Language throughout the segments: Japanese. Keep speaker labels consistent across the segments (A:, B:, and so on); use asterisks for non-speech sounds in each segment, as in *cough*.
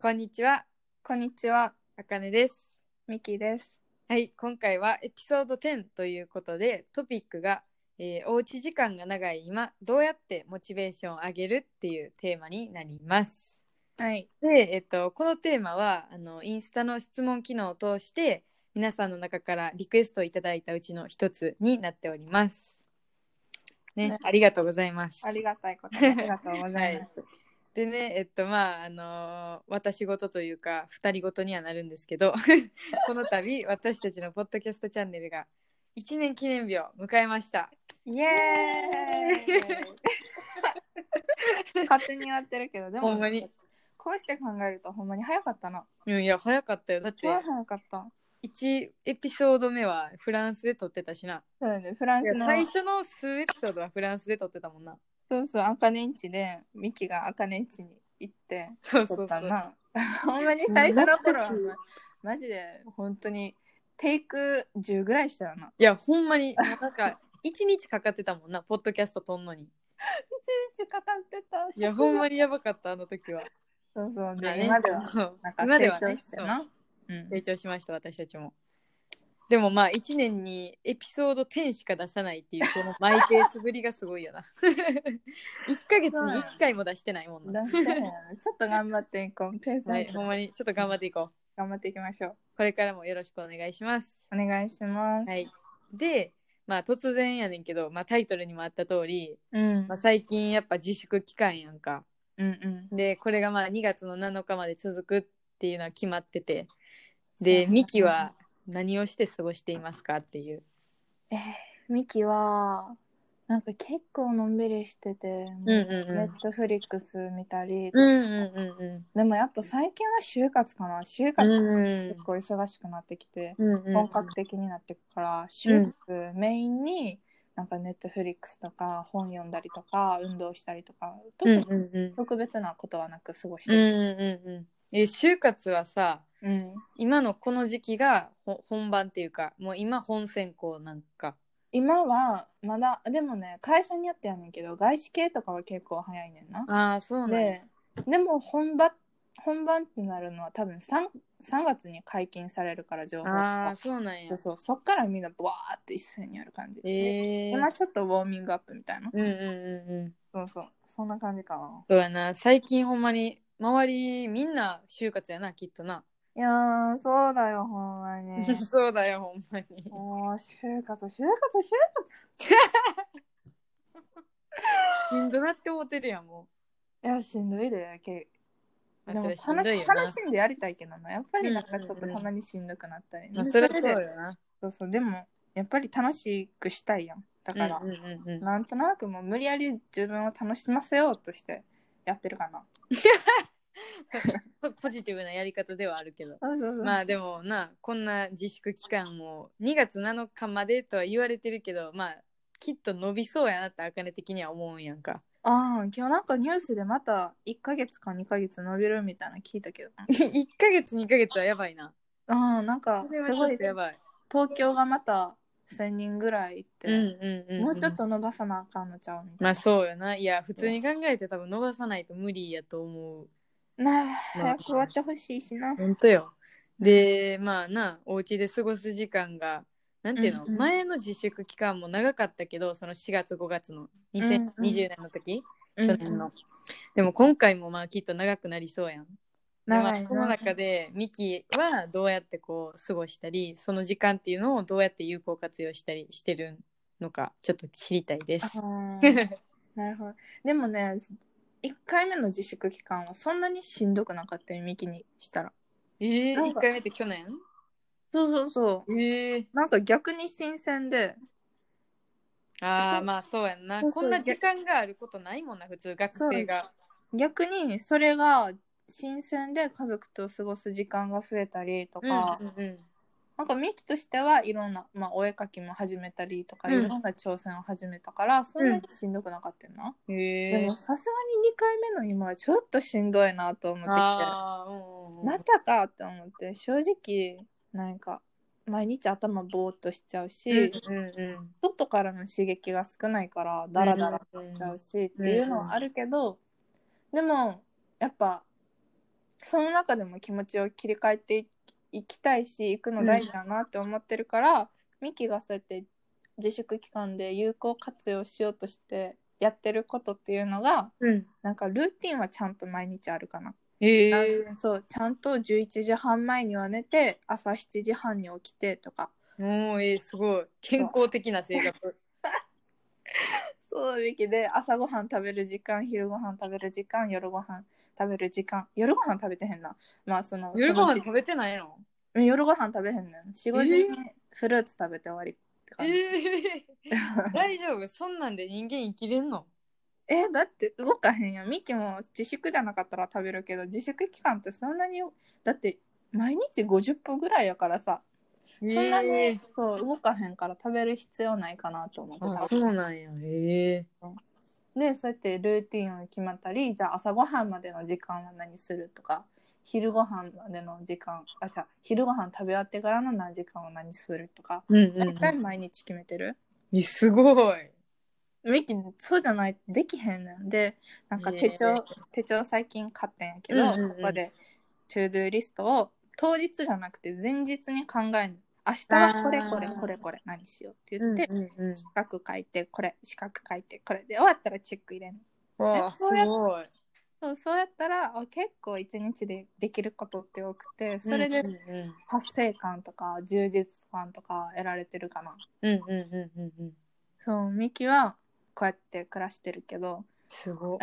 A: こんにちは、
B: こんにちは、
A: あかねです。
B: ミキです。
A: はい、今回はエピソード10ということで、トピックが、えー、おうち時間が長い今、どうやってモチベーションを上げるっていうテーマになります。
B: はい、
A: で、えっと、このテーマはあのインスタの質問機能を通して、皆さんの中からリクエストをいただいたうちの一つになっております。ね
B: ね、
A: ありがとうございます。
B: ありがた
A: *laughs*
B: いこと、ありがとうございます。
A: でねえっとまああのー私事というか二人事にはなるんですけど *laughs* この度私たちのポッドキャストチャンネルが1年記念日を迎えました
B: イエーイ *laughs* 勝手にやってるけど、でも、
A: ほんまに。
B: こうして考えると、ほんまに早かったな。
A: うんいや早かったよだって
B: 超早かった。
A: 1エピソード目はフランスで撮ってたしな
B: そうよね、フランスの、
A: 最初の数エピソードはフランスで撮ってたもんな
B: そうそう、アカネンチで、ミキがアカネンチに行って、
A: そうそ
B: 撮
A: う
B: っ
A: そ
B: た
A: う
B: な。 *laughs* ほんまに最初の頃は
A: 懐かしい、
B: マジで、本当に、テイク10ぐらいしたよな。
A: いやほんまにもうなんか1日かかってたもんなポッドキャスト撮んのに
B: 1日かかってた。
A: いやほんまにやばかったあの時は
B: そうそう、
A: まあ
B: で、
A: ね
B: 今では。
A: そう
B: なんか
A: 今で
B: 成
A: はね
B: 長してな。うん
A: 成長しました私たちもでもまあ1年にエピソード10しか出さないっていうこのマイペースぶりがすごいよな *laughs* 1ヶ月に1回も出してないも *laughs* んな
B: 出したいなちょっと頑張っていこう。ペース
A: は
B: に
A: いほんまにちょっと頑張っていこう
B: 頑張っていきましょう。
A: これからもよろしくお願いします
B: お願いします。
A: はいでまあ突然やねんけど、まあ、タイトルにもあった通り、
B: うん
A: まあ、最近やっぱ自粛期間やんか
B: うんうん。
A: でこれがまあ2月の7日まで続くっていうのは決まってて
B: そう
A: で
B: やな
A: ミキは何をして過ごしていますかっていう
B: えー、ミキは、なんか結構のんびりしてて、も
A: うんうんう
B: う
A: ん
B: ネットフリックス見たり、
A: うんうんうんうん
B: でもやっぱ最近は就活かな。就活
A: うん
B: 結構忙しくなってきて、
A: 本
B: 本格的になってくから、就活メインに、なんかネットフリックスとか本読んだりとか運動したりとか特
A: うん
B: に
A: うんうん
B: 特別なことはなく過ごして
A: うん
B: る。
A: うんうんえ就活はさ
B: うん
A: 今のこの時期がほ本番っていうかもう今本選考なんか
B: 今はまだでもね会社によってやねんけど外資系とかは結構早いねんな。
A: ああそうなんや
B: ででも本番本番ってなるのは多分 3, 3月に解禁されるから情報
A: あ
B: が
A: あそうなんや
B: そうそうそっからみんなブワーって一斉にやる感じ。
A: ええ
B: 今ちょっとウォーミングアップみたいな。
A: うんうんうんうん
B: そうそうそんな感じかな。
A: そうやな最近ほんまに周りみんな就活やなきっとな、
B: いやーそうだよほ
A: *laughs*
B: んまに。
A: そうだよほんまに
B: もう就活就活就活
A: しんどなって思ってるやんも
B: いやしんどいでけ
A: う
B: でも
A: それしんど
B: 楽
A: い
B: し
A: よな
B: 楽しんでやりたいけどなやっぱりなん
A: うん
B: か
A: うんうん
B: ちょっとたまにしんどくなったり、
A: まあ
B: で
A: それは
B: そ
A: そう
B: れで
A: よな
B: そうそうでもやっぱり楽しくしたいやんだから、
A: うんうんうんうん
B: なんとなくもう無理やり自分を楽しませようとしてやってるかな
A: ポポジティブなやり方ではあるけど
B: そうそうそう
A: まあでもなこんな自粛期間も2月7日までとは言われてるけどまあきっと伸びそうやなってあかね的には思うんやんか *laughs*
B: ああ今日なんかニュースでまた1ヶ月か2ヶ月伸びるみたいなの聞いたけど
A: 1ヶ月2ヶ月はやばいな
B: ああなんか
A: それはち
B: す
A: ょ
B: ご
A: っ
B: い
A: とやばい
B: 東京がまた1000人ぐらいいって、
A: うんうんうん、うん、
B: もうちょっと伸ばさなあかんのちゃうみた
A: ま
B: い
A: あそうよないや普通に考えて多分伸ばさないと無理やと思う
B: な、ねえ
A: まあ
B: 早く終わってほしいしな
A: ほんとよでまあなお家で過ごす時間がなんていうの、
B: うんうん
A: 前の自粛期間も長かったけどその4月5月の2020年の時、去年の、でも今回もまあきっと長くなりそうやんでま
B: 長
A: あ
B: いな
A: その中でミキはどうやってこう過ごしたりその時間っていうのをどうやって有効活用したりしてるのかちょっと知りたいです。
B: あ
A: *laughs*
B: ーなるほどでもね1回目の自粛期間はそんなにしんどくなかったよミキにしたら
A: えー、
B: なん
A: 1
B: か
A: 回目って去年
B: そうそうそ
A: えー、
B: うなんか逆に新鮮で
A: あ
B: そ
A: あ
B: う
A: まあそうやんな
B: そう
A: こ
B: そうん
A: な時間があることないもんな普通学生が。
B: 逆にそれが新鮮で家族と過ごす時間が増えたりと
A: うん
B: か、
A: うんうん
B: なんかミキとしてはいろんな、まあ、お絵描きも始めたりとか、
A: うん
B: いろんな挑戦を始めたからそんなにしんどくなかったよな、
A: へ
B: で
A: え
B: もさすがに2回目の今はちょっとしんどいなと思ってきて
A: あーうんうんうん
B: またかって思って正直なんか毎日頭ぼーっとしちゃうし、
A: うんうんうん
B: 外からの刺激が少ないからダラダラしちゃうし、
A: うん
B: っていうのはあるけど、でもやっぱその中でも気持ちを切り替えていいきたいし行くの大事だなって思ってるから、ミキがそうやって自粛期間で有効活用しようとしてやってることっていうのが
A: うん。
B: なんかルーティンはちゃんと毎日あるかな、
A: ええ
B: そうちゃんと11時半前には寝て朝7時半に起きてとか
A: もうええすごい。健康的な生活。
B: そうミキで朝ごはん食べる時間昼ごはん食べる時間夜ごはん食べる時間夜ごはん食べてへんなまあその
A: 夜ご
B: その
A: 飯
B: 時
A: 食べてないの
B: うん夜ご飯食べへんねん45時にフルーツ食べて終わりって感じ、
A: ええ *laughs* 大丈夫そんなんで人間生きれんの
B: えだって動かへんやんミキも自粛じゃなかったら食べるけど自粛期間ってそんなにだって毎日50分ぐらいやからさ
A: え
B: そんなに、
A: え
B: そう動かへんから食べる必要ないかなと思
A: あ
B: ってた
A: そうなんや。ええ
B: でそうやってルーティンを決まったりじゃあ朝ごはんまでの時間は何するとか昼ごはんまでの時間あじゃあ昼ごはん食べ終わってからの何時間は何するとか
A: うん
B: 大体毎日決めてる、
A: えすごい。
B: ミキそうじゃないとできへんねんでなんか
A: いえい
B: 手
A: え
B: 帳、手帳最近買ってんやけ
A: うん
B: ど、
A: うんうん
B: ここでトゥードゥーリストを当日じゃなくて前日に考えんの明日はこれこれ
A: あー
B: これこれ何しようって言って、
A: うんうん
B: 四角書いてこれ四角書いてこれで終わったらチェック入れんの
A: わあ
B: え
A: す
B: そうやっ
A: ごい。
B: そうそうやったらあ結構一日でできることって多くてそれで
A: うんうん
B: 達成感とか充実感とか得られてるかな、
A: うんうんうんうんうん。
B: そうミキはこうやって暮らしてるけど
A: すごい。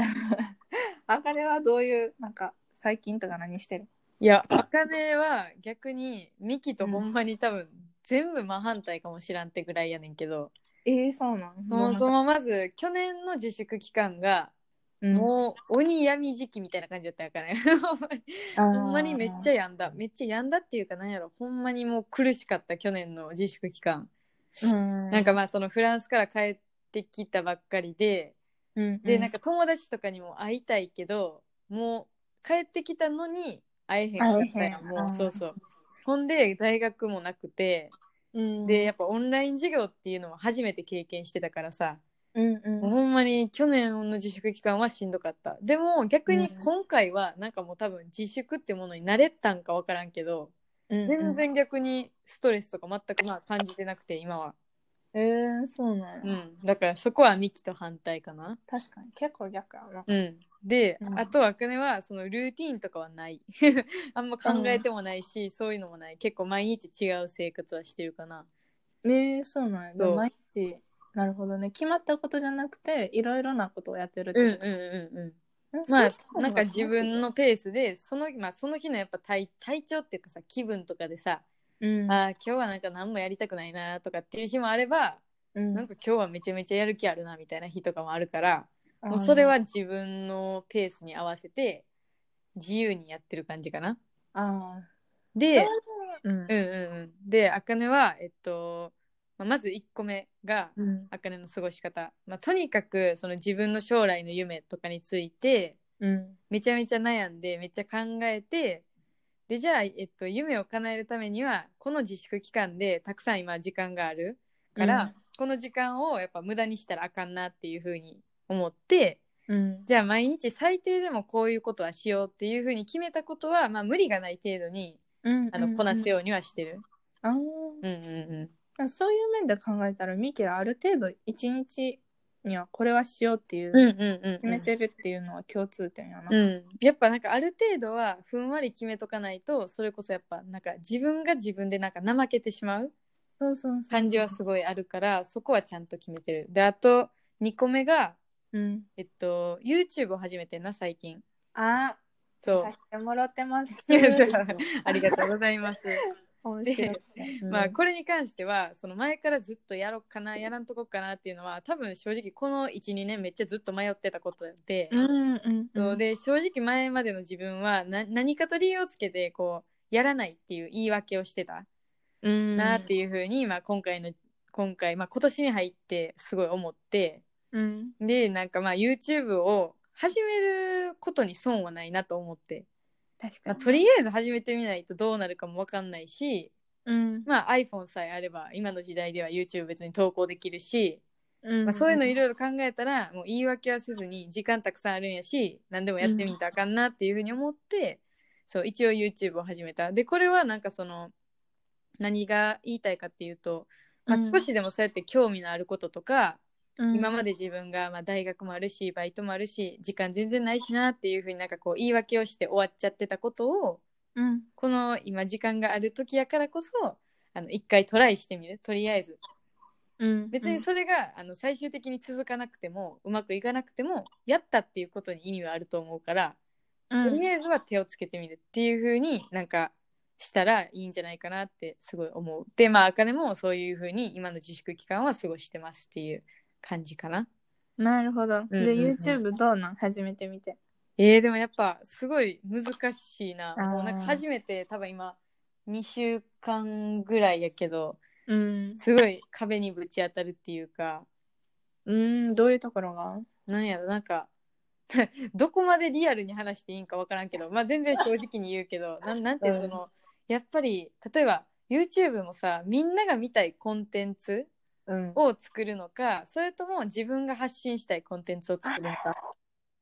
B: あかねはどういうなんか最近とか何してる
A: いや、あかねは逆にミキとほんまに多分全部真反対かもしらんってぐらいやねんけど、
B: えー、そうなん
A: そもそもまず去年の自粛期間が
B: うん
A: もう鬼闇時期みたいな感じだったからね。ほんまに
B: あー
A: ほんまにめっちゃ病んだ。めっちゃ病んだっていうかなんやろ。ほんまにもう苦しかった去年の自粛期間。
B: うん
A: なんかまあそのフランスから帰ってきたばっかりで、でなん
B: か
A: か友達とかにも会いたいけどもう帰ってきたのに会えへんかったやん
B: 会えへ
A: も
B: んう
A: うんそうそうほんで大学もなくて、でやっぱオンライン授業っていうのも初めて経験してたからさ、
B: うんうん
A: ほんまに去年の自粛期間はしんどかったでも逆に
B: うん
A: 今回はなんかもう多分自粛ってものに慣れたんかわからんけど
B: うんうん
A: 全然逆にストレスとか全くまあ感じてなくて今は、
B: えー、そうなんや、
A: うん、だからそこはミキと反対かな
B: 確かに結構逆やな
A: うん、で、
B: うん
A: あとはくねはそのルーティーンとかはない *laughs* あんま考えてもないし、そういうのもない結構毎日違う生活はしてるかな
B: ねえそうなんやじゃあ
A: そう
B: 毎日なるほどね決まったことじゃなくていろいろなことをやってるっ
A: うんうん
B: てこと、
A: うんうん
B: うん
A: ま
B: そう
A: あなんか自分のペースでその,、まあ、その日のやっぱ体体調っていうかさ気分とかでさ、
B: うん、
A: あー今日はなんか何もやりたくないなとかっていう日もあれば、
B: うん
A: なんか今日はめちゃめちゃやる気あるなみたいな日とかもあるから、もうそれは自分のペースに合わせて自由にやってる感じかな。
B: あ
A: で、
B: ーうん
A: うんうんうん、で、あかねは、えっと、まあまず1個目が、
B: うん
A: あかねの過ごし方。まあ、とにかく、その自分の将来の夢とかについて、
B: うん
A: めちゃめちゃ悩んで、めっちゃ考えて、で、じゃあ、えっと、夢を叶えるためには、この自粛期間で、たくさん今、時間があるから、
B: うん
A: この時間をやっぱ無駄にしたらあかんなっていうふうに思って、
B: うん
A: じゃあ、毎日最低でもこういうことはしようっていうふうに決めたことは、まあ、無理がない程度に、
B: うん
A: あの、こなす
B: よ
A: ようにはしてる。
B: あー
A: うんうんうん。
B: あそういう面で考えたらミキラある程度一日にはこれはしようってい
A: う
B: う、
A: んうんうんうん、
B: 決めてるっていうのは共通点やな。
A: うん、やっぱなんかある程度はふんわり決めとかないとそれこそやっぱなんか自分が自分でなんか怠けてしまう
B: そうそうそう。
A: 感じはすごいあるからそこはちゃんと決めてるであと2個目が
B: うん。
A: えっと YouTube を始めてんな最近
B: あ、
A: そう
B: させてもらって *laughs* ます。
A: ありがとうございます、
B: 面白いね。
A: まあこれに関してはその前からずっとやろうかなやらんとこかなっていうのは多分正直この12年めっちゃずっと迷ってたことで、
B: うんうん
A: そう
B: で、
A: で正直前までの自分はな何かと理由をつけてこうやらないっていう言い訳をしてた
B: うん
A: なっていうふうに、まあ、今回の今回、まあ、今年に入ってすごい思って
B: うん。
A: でなんかまあ YouTube を始めることに損はないなと思って、
B: 確か
A: まあ、
B: に。
A: とりあえず始めてみないとどうなるかも分かんないし、
B: うん。
A: まあ、iPhone さえあれば今の時代では YouTube 別に投稿できるし、ま
B: ま
A: あ、そういうのい
B: る。
A: ろいろ考えたらもう言い訳はせずに時間たくさんあるんやし何でもやってみたらあかんなっていうふうに思って、そう一応 YouTube を始めたでこれはなんかその何が言いたいかっていうと、まあ、
B: うん
A: 少しでもそうやって興味のあることとか、今まで
B: で
A: 自分がまあ大学もあるしバイトもあるし時間全然ないしなっていうふうになんかこう言い訳をして終わっちゃってたことを
B: うん
A: この今時間がある時やからこそあの一回トライしてみるとりあえず
B: うん
A: 別にそれが、あの最終的に続かなくてもうまくいかなくてもやったっていうことに意味はあると思うから、
B: う
A: と
B: ん
A: りあえずは手をつけてみるっていう風になんかしたらいいんじゃないかなってすごい思うでまああかねもそういう風に今の自粛期間は過ごしてますっていう感じかな
B: なるほど、で
A: うんうんうん
B: YouTube どうなん始めてみて
A: えー、でもやっぱすごい難しいな
B: あー
A: もうなんか初めて多分今2週間ぐらいやけど
B: うん
A: すごい壁にぶち当たるっていうか
B: うんどういうところが
A: なんやろなんか *laughs* どこまでリアルに話していいんか分からんけど、まあ、全然正直に言うけ
B: *laughs*
A: どなんなんて
B: うん
A: その、やっぱり例えば YouTube もさみんなが見たいコンテンツ
B: うん
A: を作るのかそれとも自分が発信したいコンテンツを作るのか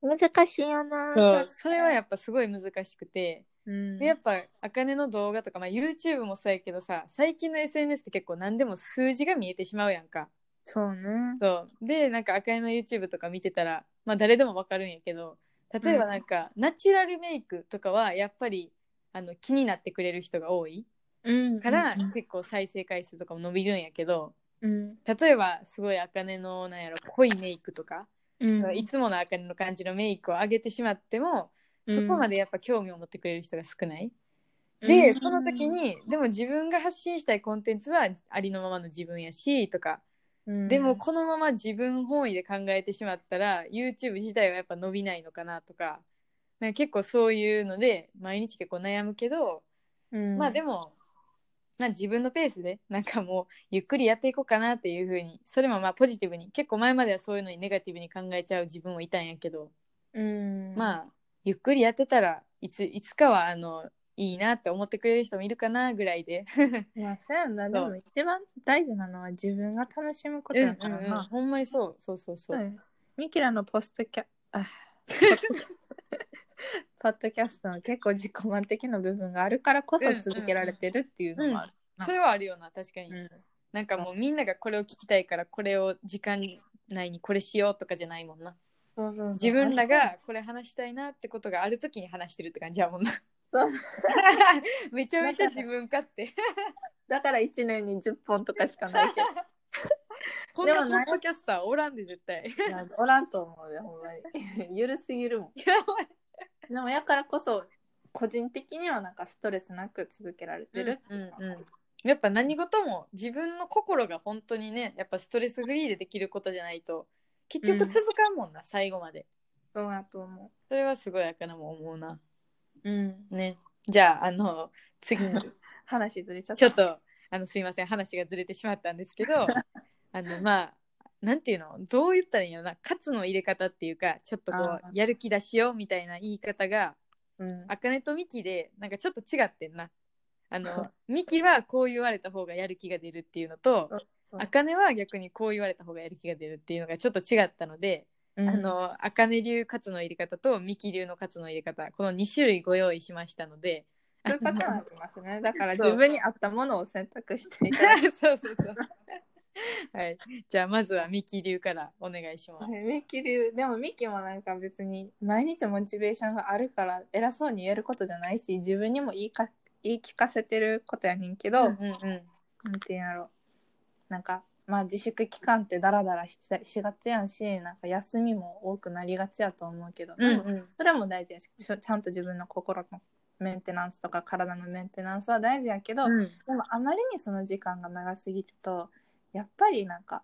B: 難しいよな
A: そうそれはやっぱすごい難しくて
B: うん
A: でやっぱあかねの動画とか、まあ、YouTube もそうやけどさ最近の SNS って結構何でも数字が見えてしまうやんか。
B: そうね
A: そうでなんか赤いの YouTube とか見てたらまあ誰でもわかるんやけど例えばなんか、ナチュラルメイクとかはやっぱりあの気になってくれる人が多い
B: うん
A: から、結構再生回数とかも伸びるんやけど
B: うん
A: 例えばすごい茜のなんやろ濃いメイクとか、
B: うん
A: いつもの茜の感じのメイクを上げてしまってもそこまでやっぱ興味を持ってくれる人が少ない、でその時、にでも自分が発信したいコンテンツはありのままの自分やしとか
B: うん
A: でもこのまま自分本位で考えてしまったら YouTube 自体はやっぱ伸びないのかなとかなんか結構そういうので毎日結構悩むけど、
B: うん
A: まあでもまあ自分のペースでなんかもうゆっくりやっていこうかなっていう風にそれもまあポジティブに結構前まではそういうのにネガティブに考えちゃう自分もいたんやけど、
B: うん
A: まあゆっくりやってたらいついつかはあのいいなって思ってくれる人もいるかなぐらいで
B: まあそうやんなで
A: そう
B: も一番大事なのは自分が楽しむこと
A: うんう
B: や
A: ん
B: からな、
A: うんほんまにそうそうそうそう、
B: はいミキラのポストキャ *laughs* あポッドキャストの結構自己満的な部分があるからこそ続けられてるっていうのもある、
A: それはあるよな確かに、
B: うん
A: なんかもうみんながこれを聞きたいからこれを時間内にこれしようとかじゃないもんな
B: そうそうそう
A: 自分らがこれ話したいなってことがある時に話してるって感じやもんな
B: そう
A: *laughs* めちゃめちゃ自分勝手
B: だから1年に10本とかしかないけ
A: こん
B: で
A: な
B: も
A: ポ
B: な
A: ッドキャスターおらんで絶対
B: *laughs* どいやおらんと思うよほんまに *laughs* ゆるすぎるもん
A: やばい
B: でもやからこそ個人的にはなんかストレスなく続けられてるっていうのは
A: うんうんうんやっぱ何事も自分の心が本当にねやっぱストレスフリーでできることじゃないと結局続かんもんな、最後まで
B: そうやと思
A: それはすごいあかなも思うな
B: ううん
A: ねじゃああの次に
B: 話ずれちゃった
A: ちょっとあのすいません話がずれてしまったんですけ
B: *laughs*
A: どあのまあなんていうのどう言ったらいいのな喝の入れ方っていうかちょっとこう
B: あー
A: やる気出しようみたいな言い方が
B: うん
A: あかねとミキでなんかちょっと違ってんなあのミキはこう言われた方がやる気が出るっていうのと
B: そう
A: あかねは逆にこう言われた方がやる気が出るっていうのがちょっと違ったので、
B: うん
A: あのあかね流喝の入れ方とミキ流の喝の入れ方この2種類ご用意しましたので
B: そういうパターンありますね。だから
A: そう
B: 自分に合ったものを選択していただ
A: *laughs* そうそうそう。はい、じゃあまずはミキ流からお願いします。
B: く。 *laughs* ミキ流でもミキもなんか別に毎日モチベーションがあるから偉そうに言えることじゃないし自分にも言いか言い聞かせてることやねんけど、
A: うんうん
B: なんていうんやろなんかまあ自粛期間ってダラダラしちゃしがちやんしなんか休みも多くなりがちやと思うけど、
A: うん
B: でもそれも大事やしちょちゃんと自分の心のメンテナンスとか体のメンテナンスは大事やけど、
A: うん
B: でもあまりにその時間が長すぎるとやっぱりなんか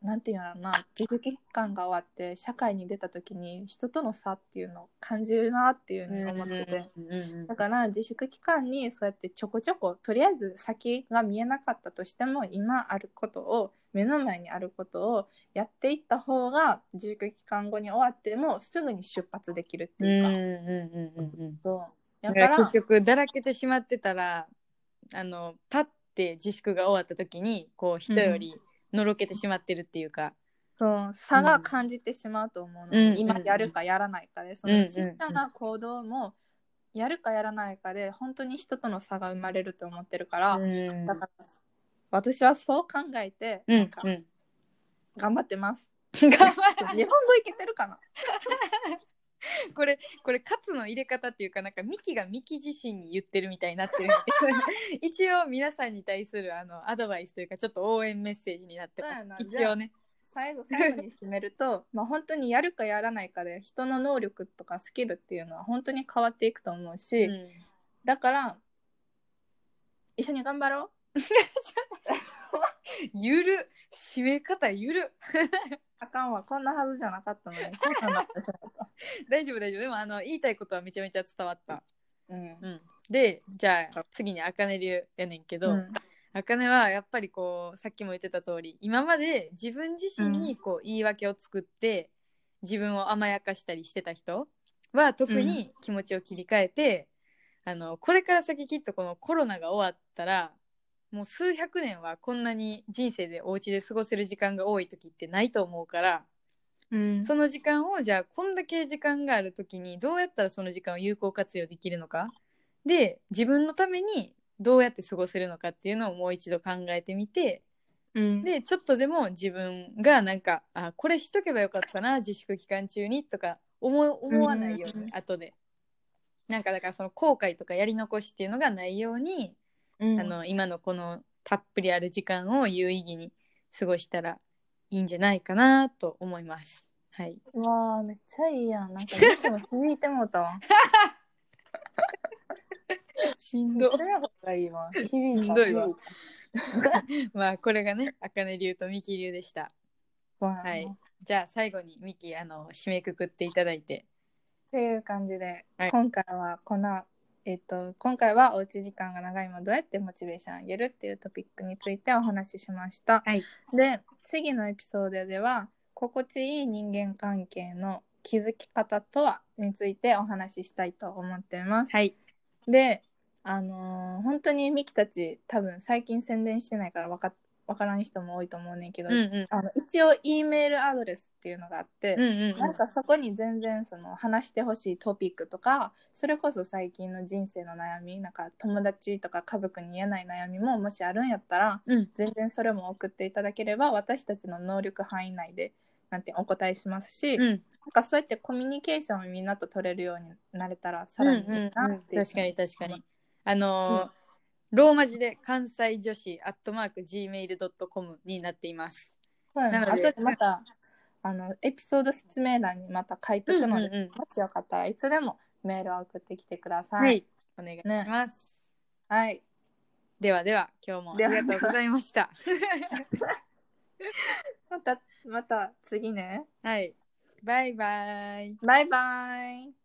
B: なんていうのかな自粛期間が終わって社会に出た時に人との差っていうのを感じるなっていうふうに思ってて、
A: うん
B: だから自粛期間にそうやってちょこちょことりあえず先が見えなかったとしても今あることを目の前にあることをやっていった方が自粛期間後に終わってもすぐに出発できるって
A: うん
B: いうか、
A: うんうん。
B: そう
A: だか
B: だからら
A: 結局だらけてしまってたらあのパッて自粛が終わった時にこう人よりのろけてしまってるっていうか。
B: そう差が感じてしまうと思うの
A: うん
B: で、
A: うん
B: 今やるかやらないかでそ
A: うんう
B: の
A: ん
B: 小さな行動もやるかやらないかで本当に人との差が生まれると思ってるから、
A: うん
B: だから私はそう考えて、
A: う
B: なん
A: ん
B: か
A: うん
B: 頑張ってます。
A: 頑張
B: 日本語いけてるかな
A: るこれこれカツの入れ方っていうかなんかミキがミキ自身に言ってるみたいになってるんだけど *laughs* 一応皆さんに対するあのアドバイスというかちょっと応援メッセージになってま
B: そうやな
A: す一応ね
B: 最後最後に決めると *laughs* まあ本当にやるかやらないかで人の能力とかスキルっていうのは本当に変わっていくと思うし、
A: うん
B: だから一緒に頑張ろう
A: ゆる締め方ゆる
B: あかんわこんなはずじゃなかったのにこんなんなってしまった、
A: 大丈夫大丈夫でもあの言いたいことはめちゃめちゃ伝わった、
B: うん
A: うん、でじゃあ次にあかね流やねんけど、
B: うん
A: あかねはやっぱりこうさっきも言ってた通り今まで自分自身にこう言い訳を作って、自分を甘やかしたりしてた人は特に気持ちを切り替えて、あのこれから先きっとこのコロナが終わったらもう数百年はこんなに人生でお家で過ごせる時間が多い時ってないと思うから
B: うん
A: その時間をじゃあこんだけ時間がある時にどうやったらその時間を有効活用できるのかで自分のためにどうやって過ごせるのかっていうのをもう一度考えてみて
B: うん
A: でちょっとでも自分がなんかあこれしとけばよかったな自粛期間中にとか思う思わないよう
B: う
A: に
B: ん
A: 後でなんかだからその後悔とかやり残しっていうのがないように、
B: うん
A: あの今のこのたっぷりある時間を有意義に過ごしたらいいんじゃないかなと思います。はい、
B: うわあめっちゃいいやんなんかいつも響いてもうたわ
A: しん
B: どれの方がいいわ響い
A: したんどいわ
B: 響いた
A: まあこれがね、あかね流とミキ流でした。
B: そうやな
A: はいじゃあ最後にミキあの締めくくっていただいて。
B: っていう感じで、
A: はい
B: 今回はこの、えっと、今回はおうち時間が長いもどうやってモチベーション上げるっていうトピックについてお話ししました。
A: はい
B: で次のエピソードでは心地いい人間関係の築き方とはについてお話ししたいと思っています。
A: はい。
B: で、あのー本当にミキたち多分最近宣伝してないからわかわからん人も多いと思うねんけど、
A: うんうん。
B: あの一応 E メールアドレスっていうのがあって、
A: うんうんうん。
B: なんかそこに全然その話してほしいトピックとかそれこそ最近の人生の悩みなんか友達とか家族に言えない悩みももしあるんやったら
A: うん。
B: 全然それも送っていただければ私たちの能力範囲内でなんてお答えしますし、
A: う
B: なん
A: ん。
B: かそうやってコミュニケーションをみんなと取れるようになれたらさらにいいなっていう
A: 確かに確かに。あのーローマ字で関西女子アットマーク gmail.com になっています。
B: そうやな
A: なの
B: あ
A: で
B: とでまたあのエピソード説明欄にまた書いとくので、
A: うんうんうん
B: もしよかったらいつでもメールを送ってきてくださ。
A: はいい。お願いします。
B: はい
A: ではでは今日もありがとうございました。 *laughs*
B: また、また次ね。
A: はい。バイバイ。
B: バイバイ。